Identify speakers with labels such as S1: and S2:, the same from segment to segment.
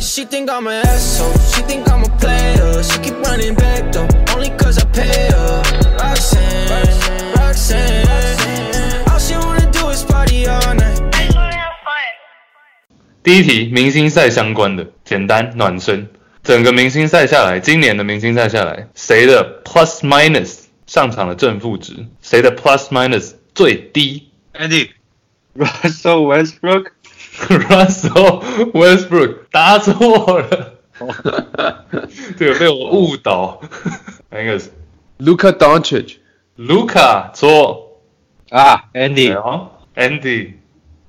S1: She think I'm an asshole. She think I'm a player. She keep running back though, only cause I pay her. Roxanne, Roxanne. All she wanna do is party all night.
S2: 第一题，明星赛相关的，简单暖身。整个明星赛下来，今年的明星赛下来，谁的 plus minus 上场的正负值，谁的 plus minus 最低
S3: Andy，
S4: Russell Westbrook，
S2: ？Russell Westbrook 答错了，这个被我误导。Angus
S4: Luka Doncic
S2: Luca 错，
S4: 啊
S2: 然
S4: ，Andy
S2: 后 Andy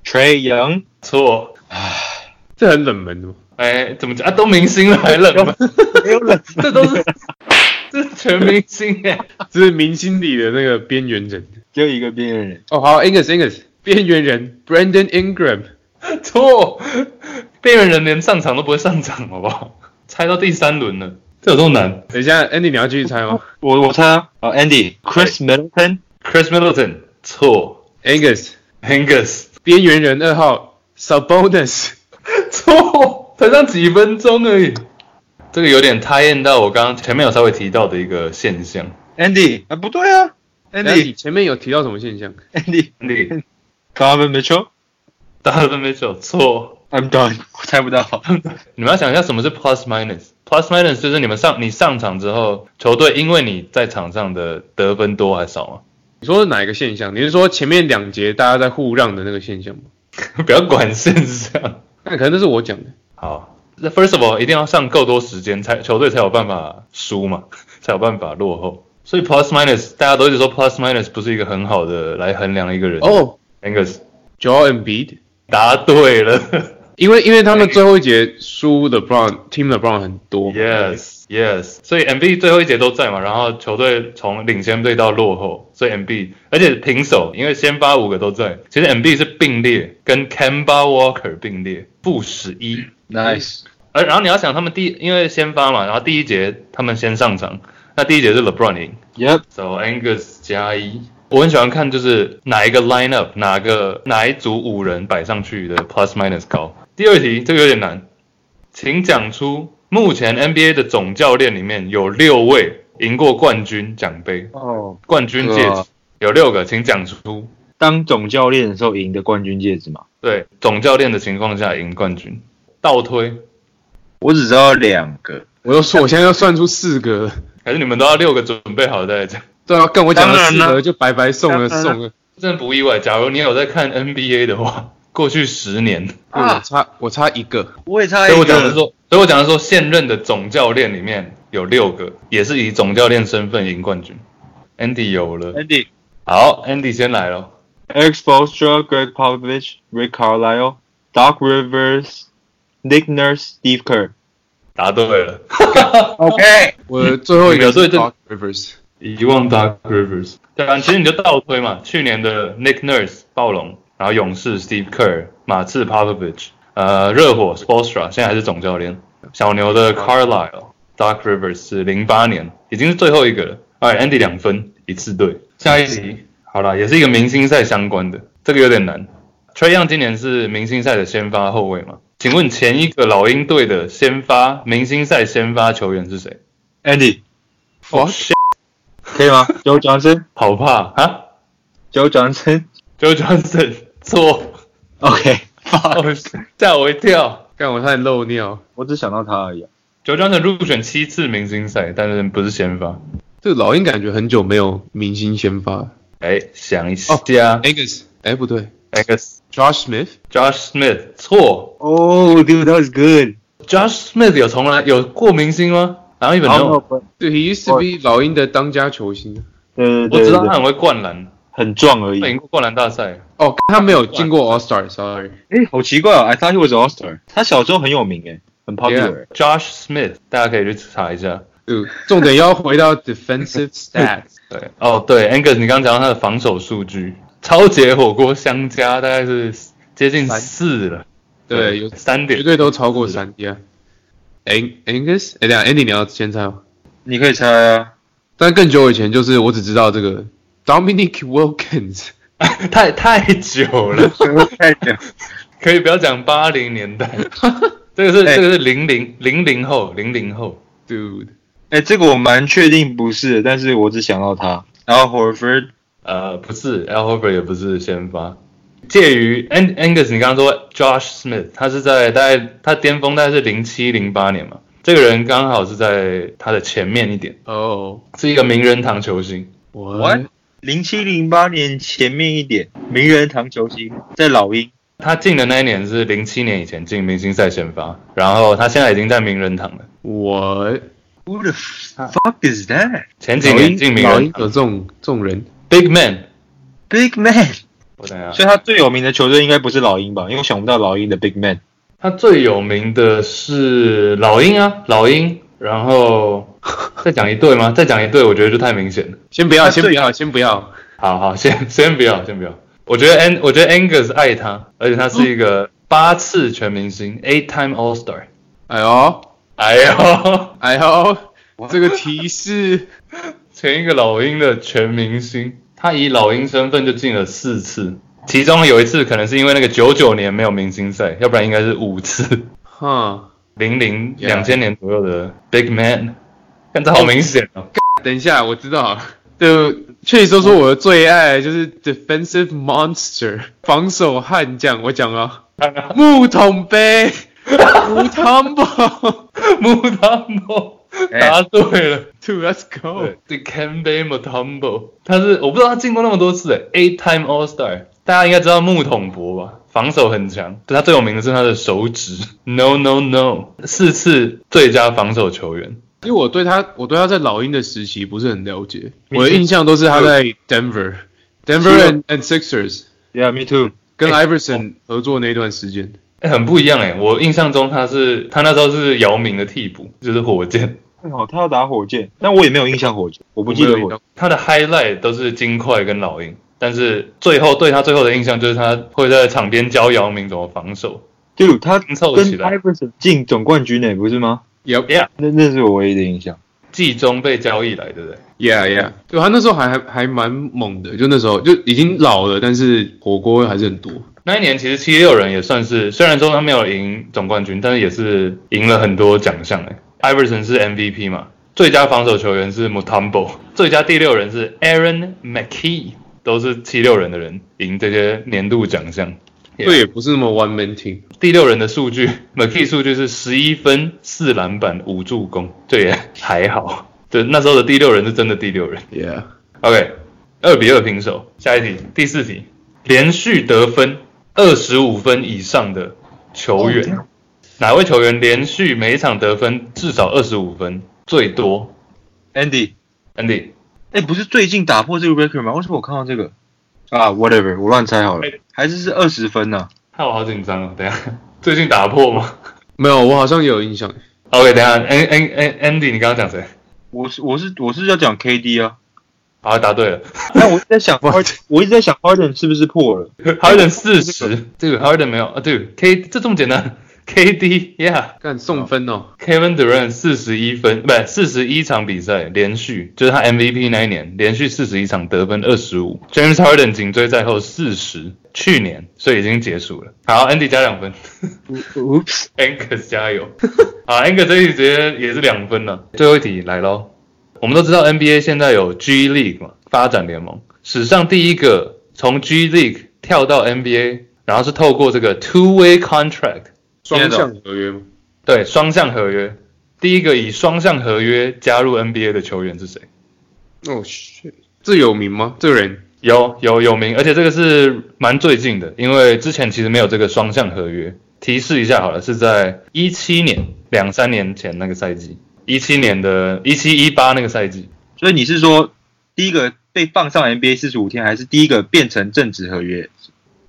S4: Trey Young，
S2: 错，
S5: 这很冷门哦。
S2: 哎，怎么讲啊？都明星了还冷吗？
S4: 没有冷，
S2: 这都是这是全明星哎。
S5: 这是明星里的那个边缘人。
S4: 就一个边缘人。
S5: 哦，好，Angus Angus，边缘人 Brandon Ingram，
S2: 错，边缘人连上场都不会上场，好不好？ 猜到第三轮了，这有多难
S5: 等一下，Andy 你要继续猜吗
S4: 我我猜啊，好，Andy，Chris Middleton，
S2: ？Chris Middleton 错
S5: ？Angus，
S2: ，Angus
S5: 边缘人二号 Sabonis，
S2: 错，才上几分钟而已。这个有点 tie in 到我刚刚前面有稍微提到的一个现象。
S4: Andy 啊，不对啊
S5: 那你
S4: ，Andy
S5: 前面有提到什么现象？
S4: Andy
S2: 你
S4: Donovan Mitchell，I'm
S2: 打了没球？错，
S4: done，我猜不到。
S2: 你们要想一下什么是 plus minus。plus minus 就是你们上你上场之后，球队因为你在场上的得分多还少吗？
S5: 你说的哪一个现象？你是说前面两节大家在互让的那个现象吗？
S2: 不要管现象。
S5: 那可能那是我讲的。
S2: 好，那 first of all，一定要上够多时间，才球队才有办法输嘛， 才有办法落后。所以 plus minus，大家都一直说 plus minus 不是一个很好的来衡量一个人。
S5: 哦、
S2: Angus
S5: j o e l Embiid，
S2: 答对了
S5: 因为因为他们最后一节输 LeBron，Team LeBron 很多。
S2: ，yes yes。所以 MB 最后一节都在嘛，然后球队从领先队到落后，所以 MB 而且平手，因为先发五个都在，其实 MB 是并列，跟 Kemba Walker 并列，负十一。
S4: Nice，
S2: 而然后你要想他们第一因为先发嘛，然后第一节他们先上场，那第一节是 LeBron 赢
S4: Yep，
S2: ，so Angus 加一。我很喜欢看就是哪一个 lineup 哪个哪一组五人摆上去的 plus minus 高。第二题这个有点难，请讲出目前 NBA 的总教练里面有六位赢过冠军奖杯、
S4: 哦，
S2: 冠军戒指
S4: 哇，
S2: 有六个，请讲出。
S4: 当总教练的时候赢的冠军戒指嘛，
S2: 对，总教练的情况下赢冠军，倒推
S4: 我只知道两个。
S5: 我都说我现在要算出四个了，
S2: 还是你们都要六个准备好再讲。
S5: 对啊，跟我讲
S4: 当
S5: 了
S4: 然
S5: 四
S4: 啦
S5: 个就白白送了
S4: 当然啦
S5: 送了。
S2: 真的不意外。假如你有在看 NBA 的话，过去十年，
S5: 对我差我差一个，
S4: 我也猜
S2: 所以
S4: 一
S2: 我讲的
S4: 个，
S2: 说，所以我讲的说，现任的总教练里面有六个也是以总教练身份赢冠军。Andy 有了，
S4: Andy。
S2: 好，Andy 先来咯。
S4: Eric Spoelstra, Greg Popovich, Rick Carlisle, Doc Rivers, Nick Nurse, Steve Kerr.
S2: 答对了，
S4: OK，
S5: 我最后一个
S2: 有对
S5: 是
S2: 对
S5: Doc Rivers，
S2: 遗忘 Doc Rivers。对啊，其实你就倒推嘛，去年的 Nick Nurse 暴龙，然后勇士 Steve Kerr，马刺 Popovich，呃，热火 Spoelstra 现在还是总教练，小牛的 Carlisle，Doc Rivers 是零八年，已经是最后一个了。哎，Andy 两分，一次对。下一题，好啦，也是一个明星赛相关的，这个有点难。崔样今年是明星赛的先发后卫嘛？请问前一个老鹰队的先发明星赛先发球员是谁？
S4: Andy，
S2: 哇，
S4: 可以吗？Joe Johnson，Joe
S2: 好怕啊！
S4: Johnson。
S2: Joe Johnson 错，
S4: OK，Oh
S2: 哦吓我一跳。
S5: 干我差点漏尿。
S4: 我只想到他而已、啊。
S2: Joe Johnson 入选七次明星赛，但是不是先发。
S5: 这个老鹰感觉很久没有明星先发了。
S2: 哎，想一
S4: Oh
S2: 下
S5: Angus，哎不对
S2: ，X
S5: ，Josh Smith，
S2: Josh Smith 错
S4: Oh, dude, that was good.
S2: ，Josh Smith 有从来有过明星吗？I don't even know。
S4: 后
S5: 对，He used to be 老鹰的当家球星。
S4: 对对
S2: 我
S4: 对
S2: 知
S4: 对
S2: 道他
S4: 对，
S2: 很会灌篮，
S4: 很壮而已。
S2: 他赢
S4: 哎、
S2: 过灌篮大赛。
S5: 哦，他没有进过 All Star，Sorry。
S4: 好奇怪哦！I thought he was an All Star。他小时候很有名哎，很 popular。
S2: Josh Smith 大家可以去查一下。
S5: 对，重点要回到 defensive stats。
S2: 对，哦对，Angus 你刚刚讲到他的防守数据，超级火锅相加大概是接近
S5: 三
S2: 四了，
S5: 对，有
S2: 三点
S5: 绝，对都超过三 D 啊。Ang Angus，哎，等一下 Andy 你要先猜吗？
S4: 你可以猜 啊。
S5: 但更久以前就是我只知道这个 Dominic Wilkins。
S2: 太太久了。
S4: 太久，
S2: 可以不要讲八零年代，这个是
S4: 哎
S2: 这个是零零零零后零零后，
S5: ，dude，
S4: 哎，这个我蛮确定不是的，但是我只想到他。然后 Horford
S2: 呃，不是 Al h o r f o r 也不是先发，介于 An Angus，你刚刚说 Josh Smith，他是在大概他巅峰大概是零七零八年嘛，这个人刚好是在他的前面一点，
S5: 哦，
S2: 是一个名人堂球星，
S5: 我
S4: 零七零八年前面一点，名人堂球星，在老鹰。
S2: 他进的那一年是零七年以前进明星赛先发，然后他现在已经在名人堂了，
S5: 我
S4: Who the fuck is that?
S2: 前几
S5: 老
S2: 年进
S5: 鹰
S2: 名
S5: 老
S2: 人
S5: 鹰
S2: 堂
S5: 有这种这种人，
S2: Big Man，
S4: Big Man。
S2: 我等一下，
S4: 所以他最有名的球队应该不是老鹰吧？因为我想不到老鹰的 Big Man。
S2: 他最有名的是老鹰啊，老鹰，然后再讲一队吗？ 再讲一队，我觉得就太明显了。
S5: 先不要，
S4: 他
S5: 先
S4: 最
S5: 不要，先不要，
S2: 好好，先 先不要，先不要。我觉得 An，我觉得 Angus 爱他，而且他是一个八次全明星、eight time All Star。
S5: 哎呦，
S2: 哎呦，
S5: 哎呦，这个提示，
S2: 前一个老鹰的全明星，他以老鹰身份就进了四次，其中有一次可能是因为那个九九年没有明星赛，要不然应该是五次。
S5: 哼，
S2: 零零
S5: Yeah
S2: 两千年左右的 Big Man，看这好明显哦。
S5: 等一下，我知道了。就确实说说我的最爱就是 defensive monster 防守悍将，我讲了木桶杯，无汤 宝
S2: 穆汤姆
S4: 哎
S2: 答对了。
S5: ，to，let's go，
S2: 对，The Kembe Mutombo，他是我不知道他进过那么多次诶 e i g h t time All Star，大家应该知道木桶博吧？防守很强，对他最有名的是他的手指，No No No，四次最佳防守球员。
S5: 因为我对他，我对他在老鹰的时期不是很了解，我的印象都是他在 Denver、Denver and, and Sixers
S4: Yeah, me too。
S5: 跟 Iverson 合作那段时间。
S2: 哎，很不一样哎、我印象中他是他那时候是姚明的替补，就是火箭，
S4: 好，他要打火箭，但我也没有印象火箭，我不记得火箭。
S2: 他的 highlight 都是金块跟老鹰，但是最后对他最后的印象就是他会在场边教姚明怎么防守，
S4: 对，他
S2: 拼凑
S4: 跟
S2: 起来。
S4: Iverson 进总冠军呢，不是吗？
S5: Yep,
S2: Yeah，
S4: 那那是我唯一的印象。
S2: 季中被交易来，对不对？
S5: yeah, yeah。对他那时候还还还蛮猛的，就那时候就已经老了，但是火锅还是很多。
S2: 那一年其实七六人也算是，虽然说他没有赢总冠军，但是也是赢了很多奖项哎。Iverson 是 MVP 嘛，最佳防守球员是 Mutombo，最佳第六人是 Aaron McKee，都是七六人的人赢这些年度奖项。Yeah
S5: 对，也不是那么 one man team。
S2: 第六人的数据，McKee 数据是十一分、四篮板、五助攻，这也还好。对，那时候的第六人是真的第六人。
S5: Yeah，
S2: OK，二比二平手。下一题，第四题，连续得分二十五分以上的球员，哪位球员连续每一场得分至少二十五分最多
S4: Andy，
S2: ？Andy，
S4: 哎，不是最近打破这个 record 吗？为什么我看到这个？啊，whatever，我乱猜好了，还是是二十分啊呢、
S2: 看我好紧张哦，等一下最近打破吗
S5: 没有，我好像有印象。
S2: ？OK，等一下，An An An Andy，你刚刚讲谁？
S4: 我是我是我是要讲 KD 啊，
S2: 好，答对了
S4: 但我一直在 想 Harden，我一直在想 Harden 是不是破了？
S2: ，Harden 四十，这个 Harden 没有啊，对，K 这这么简单，KD，Yeah。
S5: 干送分哦，
S2: Kevin Durant 四十一分，不四十一场比赛连续，就是他 MVP 那一年连续四十一场得分二十五，James Harden 紧追在后四十，去年所以已经结束了。好，Andy 加两分
S4: Oops，
S2: ，Angus 加油。好，Angus 这一题直接也是两分了。最后一题来喽，我们都知道 NBA 现在有 G League 嘛，发展联盟史上第一个从 G League 跳到 NBA，然后是透过这个 two-way contract
S5: 双向合约吗？
S2: 对，双向合约。第一个以双向合约加入 NBA 的球员是谁？
S5: 哦、shit，这有名吗？这个人
S2: 有有有名，而且这个是蛮最近的，因为之前其实没有这个双向合约。提示一下好了，是在一七年两三年前那个赛季，一七年的一七一八那个赛季，
S4: 所以你是说第一个被放上 NBA 四十五天，还是第一个变成正职合约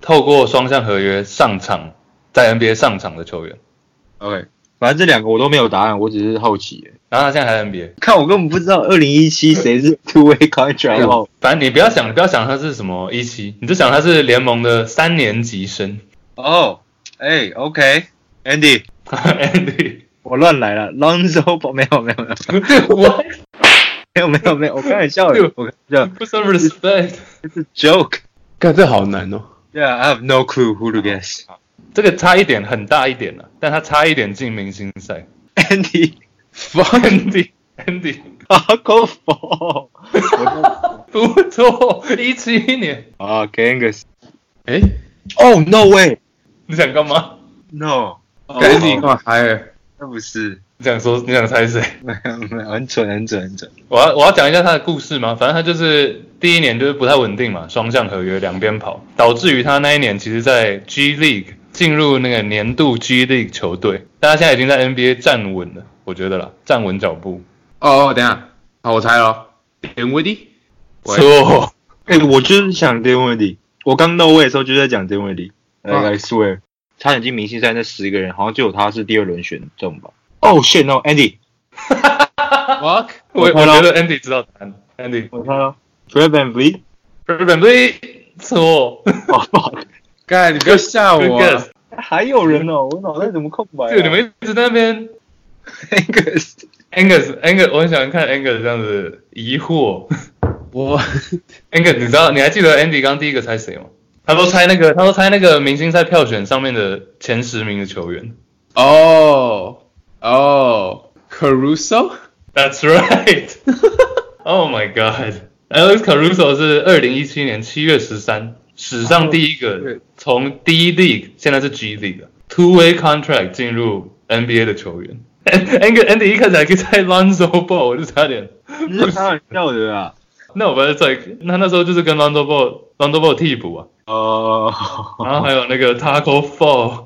S2: 透过双向合约上场，在 NBA 上场的球员。
S4: ？OK，反正这两个我都没有答案，我只是好奇耶。
S2: 然后他现在还在 NBA，
S4: 看我根本不知道二零一七谁是 two way contract 哦。
S2: 反正你不要想，不要想他是什么一七，你就想他是联盟的三年级生。
S4: 哦，哎，OK，Andy，
S2: Andy，
S4: 我乱来了，Lonzo Ball- 没有没有没有
S2: 我
S4: 没有没有没有，我开玩 笑的，我开玩笑
S2: ，put some respect。
S4: ，It's a joke。
S5: 干这好难哦。
S4: Yeah, I have no clue who to guess.
S2: 这个差一点很大一点了、啊但他差一点进明星赛。
S4: Andy，
S5: fuck
S2: Andy Andy
S4: 啊，够否？
S2: 不错，一七年，
S4: 啊，Genghis。
S5: 哎、
S4: Oh no way！
S2: 你想干嘛？
S4: No，Oh，
S5: 感觉你干嘛嗨了？
S4: 那不是，
S2: 你想说你想猜谁？
S4: 没有没有，很蠢很蠢很蠢。
S2: 我要我要讲一下他的故事吗？反正他就是第一年就是不太稳定嘛，双向合约两边跑，导致于他那一年其实，在 G League 进入那个年度 G League 球队，但他现在已经在 NBA 站稳了，我觉得啦，站稳脚步。
S5: 哦哦，等一下，好，我猜了，Dinwiddie，喂
S2: 错，
S4: 哎、我就是想 d i n w 我刚 No way 的时候就在讲 d i n w
S5: 啊
S4: i swear，他已经明星赛那十个人，好像就有他是第二轮选中吧。Oh shit no，Andy，
S5: fuck，
S2: 我我
S4: 我看到
S2: 觉得 Andy 知道答案，Andy
S4: 我看到 Fred Van Vliet。
S2: 日本队错，
S4: 哦、fuck
S5: 干，你不要吓
S2: Good
S5: 我啊、
S2: guess，
S4: 还有人哦，我脑袋怎么空白、啊？
S2: 就你们一直在那边
S4: Angus，
S2: Angus Angus，我很喜欢看 Angus 这样子疑惑。
S5: 我
S2: Angus，你知道你还记得 Andy 刚第一个猜谁吗？他都猜那个，他都猜那个明星赛票选上面的前十名的球员。
S5: 哦哦，Caruso，
S2: That's right. oh my god. Alex Caruso 是二零一七年七月十三史上第一
S5: 哦
S2: 个
S5: 对
S2: 从 D League 现在是 G League 的 two-way contract 进入 NBA 的球员。Andy Andy 一开始还可以猜 Lonzo Ball，我就差 点。
S4: 你是开玩笑的啊？
S2: 那我不是在，那那时候就是跟 Lonzo Ball，Lonzo Ball 替补啊，
S4: 哦、
S2: 然后还有那个 Taco Fall。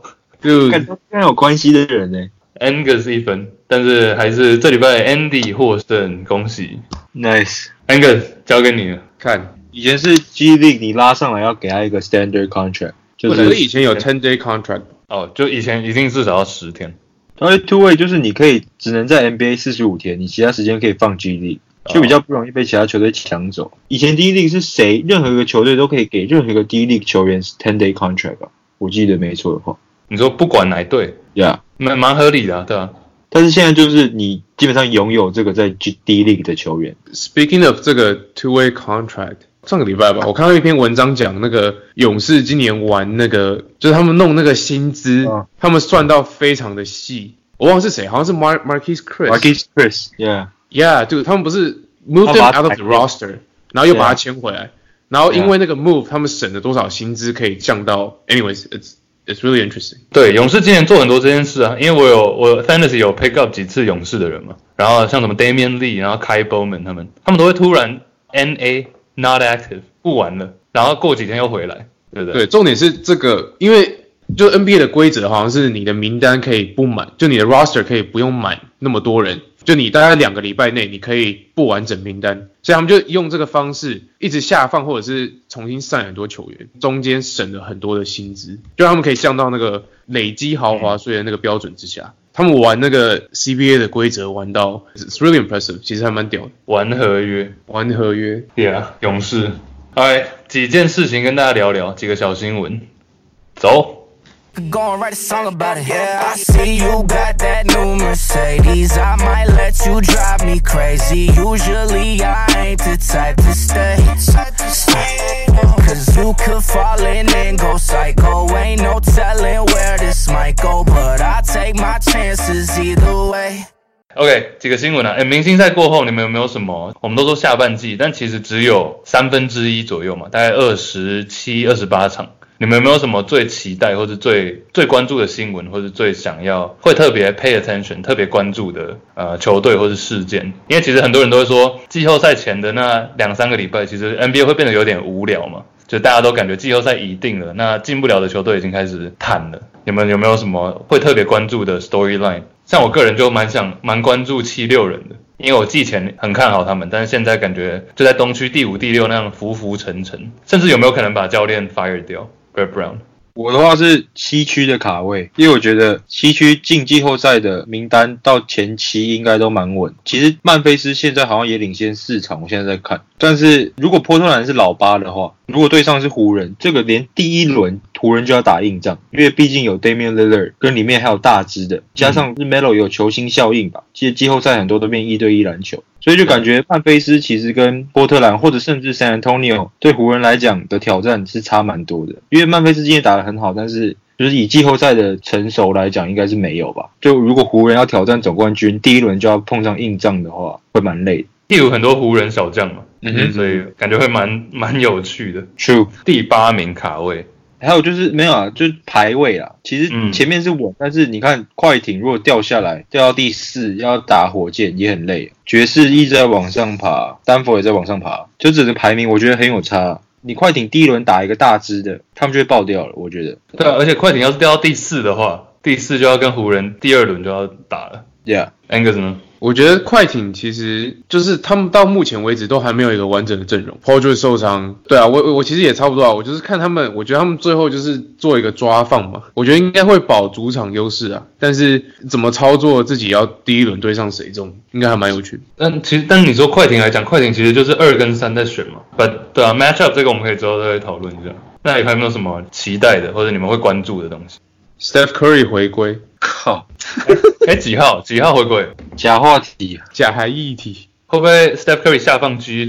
S5: 就
S4: 感觉跟他有关系的人呢、
S2: Angus 一分，但是还是这礼拜 Andy 获胜，恭喜
S4: Nice，
S2: Angus，交给你了。
S5: 看，
S4: 以前是 G League，你拉上来要给他一个 standard contract，就
S5: 我觉得
S4: 是
S5: 以前有 ten day contract，
S2: 哦，就以前一定至少要十天，
S4: 他会 two way，就是你可以只能在 NBA 四十五天，你其他时间可以放 G League，就比较不容易被其他球队抢走。以前 D League 是谁，任何一个球队都可以给任何一个 D League 球员 ten day contract 吧，我记得没错的话
S2: 你说不管哪一队，
S4: ，Yeah。
S2: 蛮蛮合理的、啊，对啊。
S4: 但是现在就是你基本上拥有这个在 G D League 的球员，
S5: Speaking of 这个 two-way contract，上个礼拜吧，我看到一篇文章讲那个勇士今年玩那个，就是他们弄那个薪资，
S4: 嗯
S5: 他们算到非常的细，我忘了是谁，好像是 Mar Marquis Chris。
S4: Marquis Chris，Yeah，
S5: Yeah，就他们不是 move
S4: 他
S5: them
S4: 把他
S5: out of
S4: 裁
S5: the
S4: 掉
S5: roster，然后又
S4: Yeah
S5: 把他签回来，然后
S4: Yeah
S5: 因为那个 move，他们省了多少薪资可以降到？Anyways，it's it's really interesting。
S2: 对，勇士今年做很多这件事啊，因为我有我 fantasy 有 pick up 几次勇士的人嘛，然后像什么 Damian Lee，然后 Kai Bowman 他们，他们都会突然 NA not active 不玩了，然后过几天又回来，对不对？
S5: 对，重点是这个，因为就 NBA 的规则好像是你的名单可以不满，就你的 roster 可以不用满那么多人，就你大概两个礼拜内你可以不完整名单，所以他们就用这个方式一直下放或者是重新上很多球员，中间省了很多的薪资，就让他们可以降到那个累积豪华税的那个标准之下。他们玩那个 CBA 的规则玩到，it's really impressive，其实还蛮屌的。
S2: 玩合约
S5: 玩合约，
S2: ，Yeah，勇士。哎，几件事情跟大家聊聊，几个小新闻，走。
S1: could go and write a song about it. Yeah, I see you got that new Mercedes. I might let you drive me crazy. Usually I ain't the type to stay. Cause you could fall in and go psycho. Ain't no telling where this might go, but I take my chances either way.
S2: OK，几个新闻啊，哎，明星赛过后，你们有没有什么？我们都说下半季，但其实只有三分之一左右嘛，大概二十七、二十八场。你们有没有什么最期待或者最最关注的新闻，或者最想要会特别 pay attention、特别关注的呃球队或是事件？因为其实很多人都会说，季后赛前的那两三个礼拜，其实 NBA 会变得有点无聊嘛，就大家都感觉季后赛已定了，那进不了的球队已经开始谈了。你们有没有什么会特别关注的 storyline？像我个人就蛮想蛮关注七六人的，因为我季前很看好他们，但是现在感觉就在东区第五、第六那样浮浮沉沉，甚至有没有可能把教练 fire 掉？Brett Brown
S4: 我的话是西区的卡位，因为我觉得西区进季后赛的名单到前期应该都蛮稳。其实曼菲斯现在好像也领先四场，我现在在看。但是如果波特兰是老八的话，如果对上是湖人，这个连第一轮湖人就要打硬仗，因为毕竟有 Damian Lillard 跟里面还有大只的，加上是 Melo 有球星效应吧，其实季后赛很多都变一对一篮球。所以就感觉曼菲斯其实跟波特兰或者甚至 San Antonio 对湖人来讲的挑战是差蛮多的，因为曼菲斯今天打得很好，但是就是以季后赛的成熟来讲，应该是没有吧？就如果湖人要挑战总冠军，第一轮就要碰上硬仗的话，会蛮累的。
S2: 第五很多湖人小将嘛，
S4: 嗯哼
S2: 所以感觉会蛮蛮有趣的。
S4: True，
S2: 第八名卡位，
S4: 还有就是没有啊，就是排位啦。其实
S2: 嗯
S4: 前面是稳，但是你看快艇如果掉下来，掉到第四，要打火箭也很累。爵士一直在往上爬，丹佛也在往上爬，就整个排名我觉得很有差。你快艇第一轮打一个大支的，他们就会爆掉了，我觉得。
S2: 对啊，而且快艇要是掉到第四的话，第四就要跟湖人第二轮就要打了。
S4: Yeah，
S2: Angus 呢？
S5: 我觉得快艇其实就是他们到目前为止都还没有一个完整的阵容，Paul George 受伤，对啊，我我我其实也差不多啊，我就是看他们，我觉得他们最后就是做一个抓放嘛，我觉得应该会保主场优势啊，但是怎么操作自己要第一轮对上谁，这种应该还蛮有趣的。
S2: 但其实，但你说快艇来讲，快艇其实就是二跟三在选嘛。But 对啊，matchup 这个我们可以之后再讨论一下。那你还有没有什么期待的，或者你们会关注的东西？
S5: Steph Curry 回归，
S4: 靠，
S2: 哎，几号？几号回归？
S4: 假话题，啊
S5: 假还一体，
S2: 会不会 Steph Curry 下放 G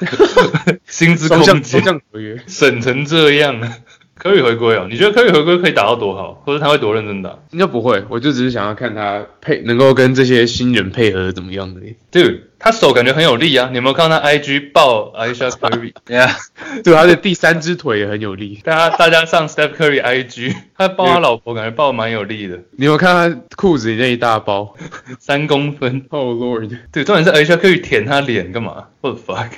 S2: League？薪资
S5: 双向
S2: 空
S5: 双
S2: 间
S5: 向合约。
S2: 省成这样啊！Curry 回归哦，你觉得 Curry 回归可以打到多好，或者他会多认真打
S5: 应该不会，我就只是想要看他配能够跟这些新人配合怎么样的。
S2: ？Dude，他手感觉很有力啊！你有没有看到他 IG 抱 Aisha Curry？
S4: Yeah，
S5: 对，他的第三只腿也很有力。
S2: 大家大家上 Steph Curry IG，他抱他老婆感觉抱得蛮有力的，
S5: 你有看他裤子里那一大包
S2: 三公分。
S5: ？Oh Lord！
S2: 对，重点是 Aisha Curry 舔他脸干嘛？What the fuck？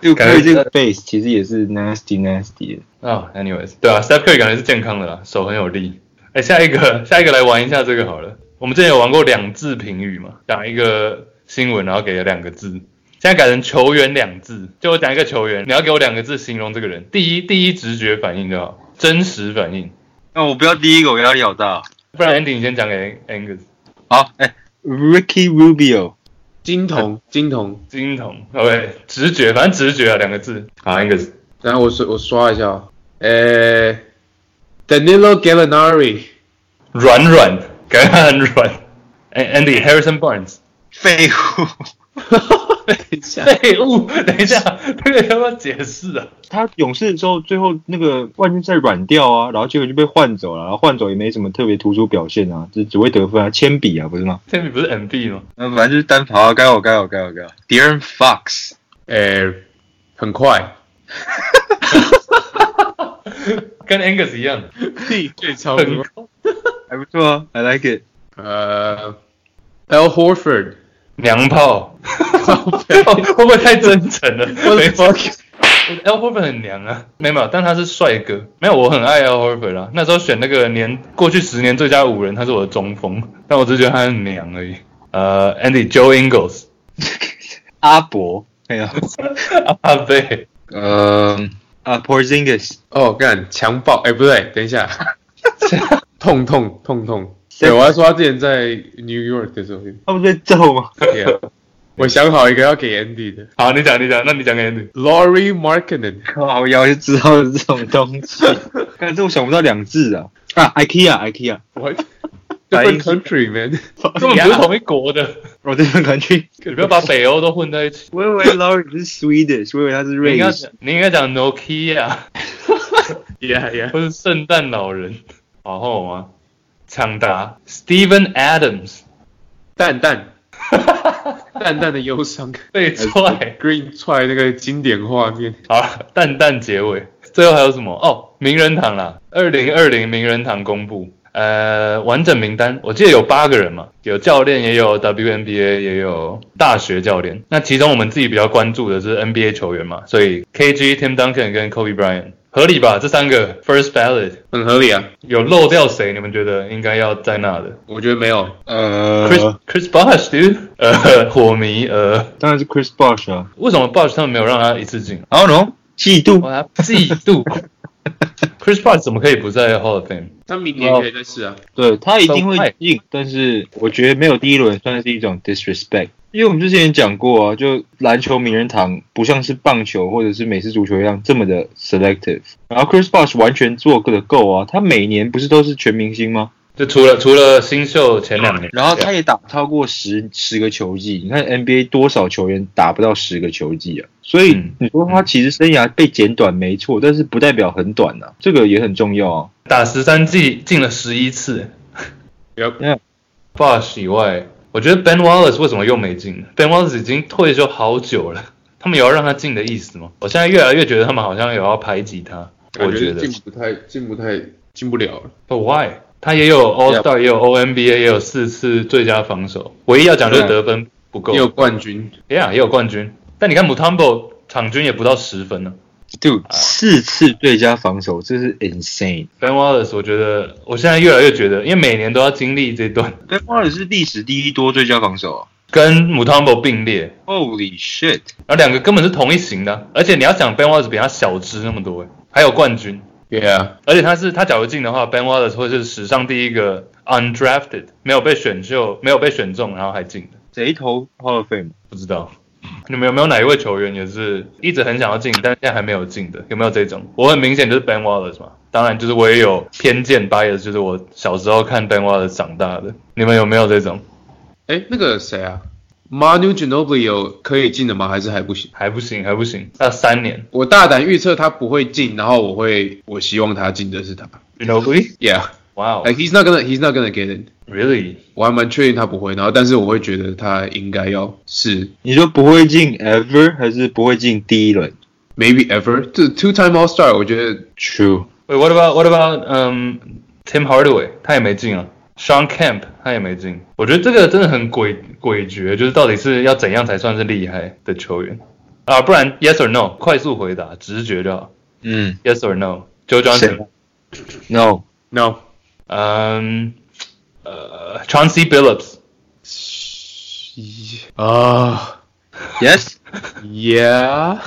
S4: 就
S2: 感觉
S4: Curry 这个 base 其实也是 nasty nasty 的。
S2: 啊、a n y w a y s 对啊，Steph Curry 感觉是健康的啦，手很有力。哎，下一个，下一个来玩一下这个好了。我们之前有玩过两字评语嘛，讲一个新闻，然后给两个字。现在改成球员两字，就我讲一个球员，你要给我两个字形容这个人。第一，第一直觉反应就好，真实反应。
S4: 那、我不要第一个，我压力好大。
S2: 不然 Andy 你先讲给 Angus
S4: 好，哎、r i c k y Rubio，
S5: 金童，金童。
S2: 金童，OK，直觉，反正直觉啊，两个字。好，Angus，
S5: 然后我刷我刷一下哦，呃，Danilo Gallinari，
S2: 软软，感觉他很软。哎 Andy Harrison Barnes。
S4: 废物。
S5: 等一下
S2: 废 物，等一下，这个要不要解释啊？
S4: 他勇士的时候，最后那个冠军赛软掉啊，然后结果就被换走了，然后换走也没什么特别突出表现啊，只只会得分啊，铅笔啊，不是吗？
S2: 这笔不是 MB 吗？
S4: 那反正就是单跑啊，该我该我该我该我。Deron Fox，
S5: 呃，很快，
S2: 跟 Angus 一样，
S5: 对，对，差不
S2: 很
S5: 多。
S2: 高
S4: 还不错啊，I like it。
S5: 呃，L Horford，
S2: 娘炮， 会不会太真诚了？ 没错。L Horford 很娘啊，没有没有，但他是帅哥。没有，我很爱 L Horford 啊。那时候选那个年过去十年最佳五人，他是我的中锋，但我只是觉得他很娘而已。呃，Andy Joe Ingles，
S4: 阿伯，哎呀，
S2: 阿贝，
S4: 呃，啊，Porzingis，
S5: 哦，干强暴，哎，不对，等一 下，痛痛痛痛，对我还说他之前在 New York 的时候，
S4: 他不是在揍吗？
S5: 对啊， 我想好一个要给 Andy 的
S2: 好，你讲你讲，那你讲给 Andy。
S5: ，Laurie Markkinen，
S4: 靠腰就知道这种东 西，但是我想不到两字啊。啊，IKEA，IKEA，
S5: 我
S4: 白
S5: different
S4: 银
S5: country man，
S2: 根本不是同一国的，
S4: 我哦这边感觉，
S2: 你不要把北欧都混在一起。
S4: 我以为 Laurie 是 Swedish，我以为他是
S2: 你应该
S4: Race
S2: 讲。，你应该讲 Nokia。
S5: yeah yeah，
S2: 或是圣诞老人，哦往后吗？抢答，Steven Adams
S5: 蛋蛋蛋蛋的忧伤
S2: 被踹。
S5: ，Green 出来那个经典画面，
S2: 好了，淡淡结尾。最后还有什么？哦，名人堂啦，二零二零名人堂公布。呃，完整名单我记得有八个人嘛，有教练，也有 WNBA，也有大学教练。那其中我们自己比较关注的是 NBA 球员嘛，所以 KG、Tim Duncan 跟 Kobe Bryant 合理吧？这三个 First Ballot
S5: 很合理啊，
S2: 有漏掉谁？你们觉得应该要在那的？
S5: 我觉得没有，
S4: 呃
S2: Chris Chris Bosh dude，呃，火迷，呃，
S4: 当然是 Chris Bosh 啊。
S2: 为什么 Bosh 他们没有让他一次进？
S4: I don't know，嫉妒。
S2: 哇，他嫉妒。Chris Bosh 怎么可以不在 Hall of Fame？
S5: 他明年可以再试啊，
S4: 对他一定
S2: So
S4: 会
S2: high
S4: 进，但是我觉得没有第一轮算是一种 disrespect。因为我们之前也讲过啊，就篮球名人堂不像是棒球或者是美式足球一样这么的 selective。然后 Chris Bosh 完全做个的够啊，他每年不是都是全明星吗？
S2: 就除了除了新秀前两年，
S4: 然后他也打超过十十个球季，你看 NBA 多少球员打不到十个球季啊？所以
S2: 嗯
S4: 你说他其实生涯被剪短没错，但是不代表很短呐、啊，这个也很重要啊。
S2: 打十三季进了十一次
S5: Yup
S2: ，Bosh 以外，我觉得 Ben Wallace 为什么又没进？Ben Wallace 已经退休好久了，他们有要让他进的意思吗？我现在越来越觉得他们好像有要排挤他，我觉得
S5: 进不太进不太进不了了。
S2: But why？他也有 All Star，也有 O N B A，也有四次最佳防守，唯一要讲就是得分不够
S5: 也。有冠军，
S2: Yeah，也有冠军，但你看 Mutombo 场均也不到十分啊呢、
S4: Dude，四次最佳防守，这是 insane。
S2: Ben Wallace，我觉得我现在越来越觉得，因为每年都要经历这段，
S4: Ben Wallace 是历史第一多最佳防守啊
S2: 跟 Mutombo 并列，
S4: ！Holy shit！
S2: 然后两个根本是同一型的啊，而且你要讲 Ben Wallace 比他小只那么多，还有冠军，
S5: 对啊，
S2: 而且他是他假如进的话，Ben Wallace 会是史上第一个 undrafted 没有被选秀、没有被选中然后还进的，
S4: 谁投 Hall of Fame？
S2: 不知道。你们有没有哪一位球员也是一直很想要进，但是现在还没有进的？有没有这种？我很明显就是 Ben Wallace 嘛，当然就是我也有偏见 bias，就是我小时候看 Ben Wallace 长大的。你们有没有这种？
S5: 哎，那个谁啊，Manu Ginobili 有可以进的吗？还是还不行？
S2: 还不行，还不行，那三年
S5: 我大胆预测他不会进，然后我会，我希望他进的是他。
S2: Ginobili，
S5: Yeah，like
S2: 哇哦
S5: he's not gonna he's not gonna get it。
S2: ，really，
S5: 我还蛮确定他不会，然后但是我会觉得他应该要是
S4: 你说不会进 ever 还是不会进第一轮
S5: maybe ever 这 two time All Star，我觉得
S4: ？True。
S2: 喂，what about what about 嗯、Tim Hardaway，他也没进啊，Sean Camp 他也没进，我觉得这个真的很诡诡谲，就是到底是要怎样才算是厉害的球员啊？不然 yes or no，快速回答，直觉就好
S4: 嗯
S2: ，yes or no，Joe Johnson，
S4: ，No。
S5: no
S2: 嗯，呃，Chauncey Billups，
S5: 啊、
S4: Yes。
S5: yeah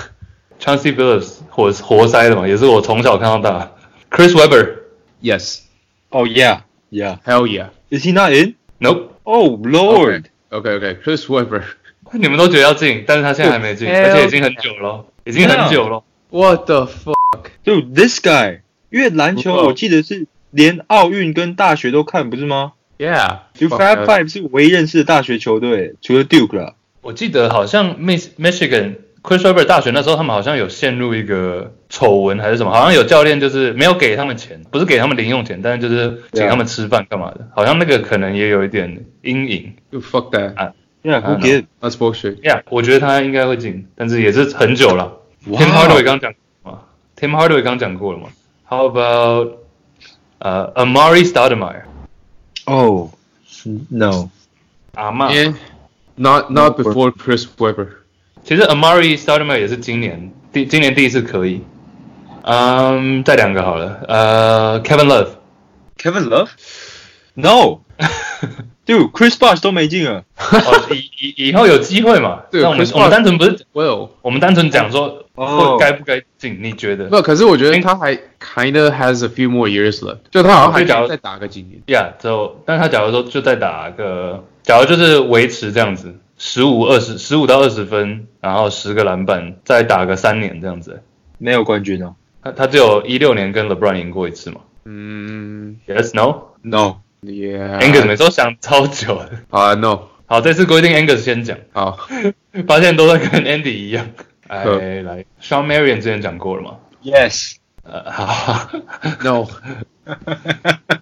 S2: Chauncey Billups 活活塞的嘛，也是我从小看到大，Chris Webber，nope，
S5: yes
S4: Oh yeah. Yeah.
S5: hell yeah
S4: Is he not in? Oh Lord.
S5: OK OK Chris Webber
S2: 你们都觉得要进，但是他现在还没进，
S5: Hell
S2: 而且已经很久了，已经很久了。
S5: what the fuck
S4: Dude, this guy. 因为篮球
S5: 不错
S4: 我记得是连奥运跟大学都看，不是吗
S5: yeah
S4: 就 Fab Five 是唯一认识的大学球队，除了 Duke 啦。
S2: 我记得好像 Miss Michigan Chris Webber 大学那时候，他们好像有陷入一个丑闻还是什么，好像有教练就是没有给他们钱，不是给他们零用钱，但是就是请他们吃饭干嘛的，好像那个可能也有一点阴影。
S5: you fuck that
S4: Yeah,
S2: I
S4: who
S2: know.
S4: gives?
S5: that's bullshit
S2: Yeah，我觉得他应该会进，但是也是很久了。
S4: 哇
S2: Tim Hardaway 刚讲过嘛，Tim Hardaway 刚讲过了嘛。How about 呃、Amari Stoudemire
S4: Oh, no.
S2: 阿妈？
S5: yeah Ah. not not before Chris Webber
S2: 其实 Amari Stoudemire 也是今年第今年第一次可以。嗯，再两个好了。呃、k e v i n Love，
S4: Kevin Love? No. Dude, Chris Bosh 都没进啊。
S2: 哦，以以以后有机会嘛？
S5: 对
S2: 那我们
S5: Chris
S2: 我们单纯不是
S5: well
S2: 我们单纯讲说
S4: 哦
S2: 会该不该进？你觉得？
S5: 不可是我觉得他还 kinda has a few more years left 就他好像还可以再打个几年
S2: Yeah，就但是他假如说就再打个，假如就是维持这样子，十五二十十五到二十分，然后十个篮板，再打个三年这样子。
S4: 没有冠军哦。
S2: 他他只有一六年跟 LeBron 赢过一次嘛
S5: 嗯
S2: ？Yes No。
S4: No.
S2: Angus
S5: Mm, yeah
S2: 每次都想超久的。
S5: 好啊 no
S2: 好，这次规定 Angus 先讲，
S5: 好
S2: 发现都在跟 Andy 一样。哎，
S5: 嗯
S2: 来，Sean Marion 之前讲过了嘛？
S4: Yes.
S2: 呃，好，
S5: no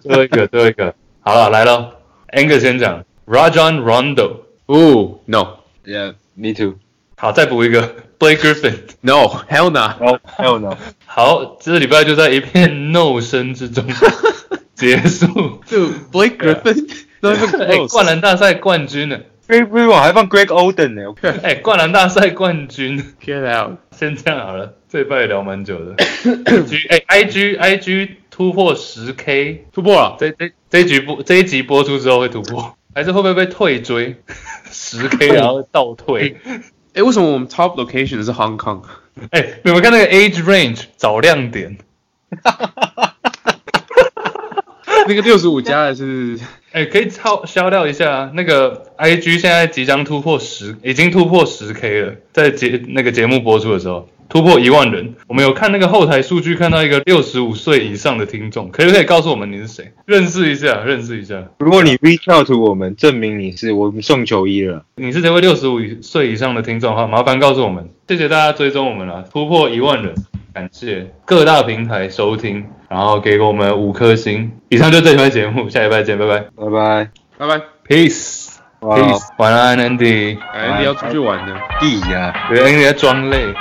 S2: 最后一个，最后一个，好了，来了，Angus 先讲，Rajon Rondo。
S5: ooh no
S4: Yeah, me too.
S2: 好，再补一个 Blake Griffin。
S5: no hell nah
S4: No, Oh, hell no.
S2: 好，这个礼拜就在一片 no 声之 中结束。
S5: Dude, Blake Griffin, not even
S2: 哎、灌
S5: close.
S2: 篮大赛冠军呢？
S4: 微微网还放 Greg Oden 呢、
S2: 哎、灌篮大赛冠军，
S5: Get out.
S2: 先这样好了。这一拜也聊蛮久 的。G 哎、i g IG 突破十 K，
S5: 突破了，
S2: 这这这一局播这一集播出之后会突破，还是会不会被退追？十 K 然后倒退。
S5: 哎，为什么我们 top location 是 Hong Kong？
S2: 哎、你们看那个 age range 找亮 点。
S5: 那个六十五加的是
S2: 哎、可以超消掉一下啊那个 IG 现在即将突破十，已经突破十 K 了，在节那个节目播出的时候，突破一万人。我们有看那个后台数据，看到一个六十五岁以上的听众，可不可以告诉我们你是谁？认识一下，认识一下。
S4: 如果你 reach out to 我们，证明你是我们送球衣了。
S2: 你是这位六十五岁以上的听众哈，麻烦告诉我们，谢谢大家追踪我们啦，突破一万人，感谢各大平台收听，然后给我们五颗星。以上就这礼拜节目，下礼拜见，拜拜
S4: 拜拜。
S5: 拜拜。
S2: ，peace
S4: 哇，
S2: peace，晚安 Andy，
S5: 哎，你要出去玩呢。
S4: 地呀、
S2: 有 Andy 在装累。